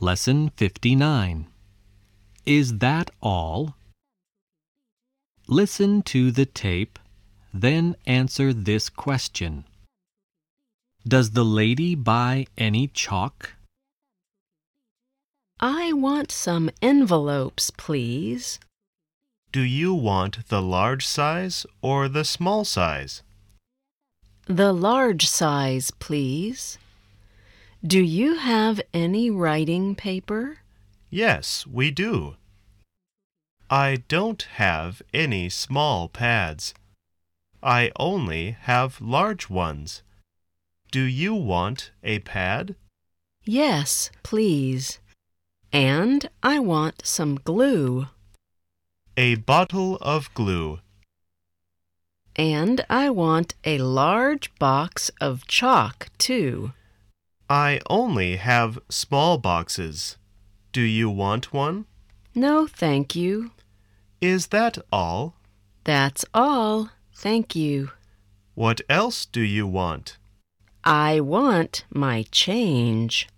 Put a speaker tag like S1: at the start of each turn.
S1: Lesson 59. Is that all? Listen to the tape, then answer this question. Does the lady buy any chalk?
S2: I want some envelopes, please.
S3: Do you want the large size or the small size?
S2: The large size, please. Do you have any writing paper?
S3: Yes, we do. I don't have any small pads. I only have large ones. Do you want a pad?
S2: Yes, please. And I want some glue.
S3: A bottle of glue.
S2: And I want a large box of chalk, too.
S3: I only have small boxes. Do you want one?
S2: No, thank you.
S3: Is that all?
S2: That's all. Thank you.
S3: What else do you want?
S2: I want my change.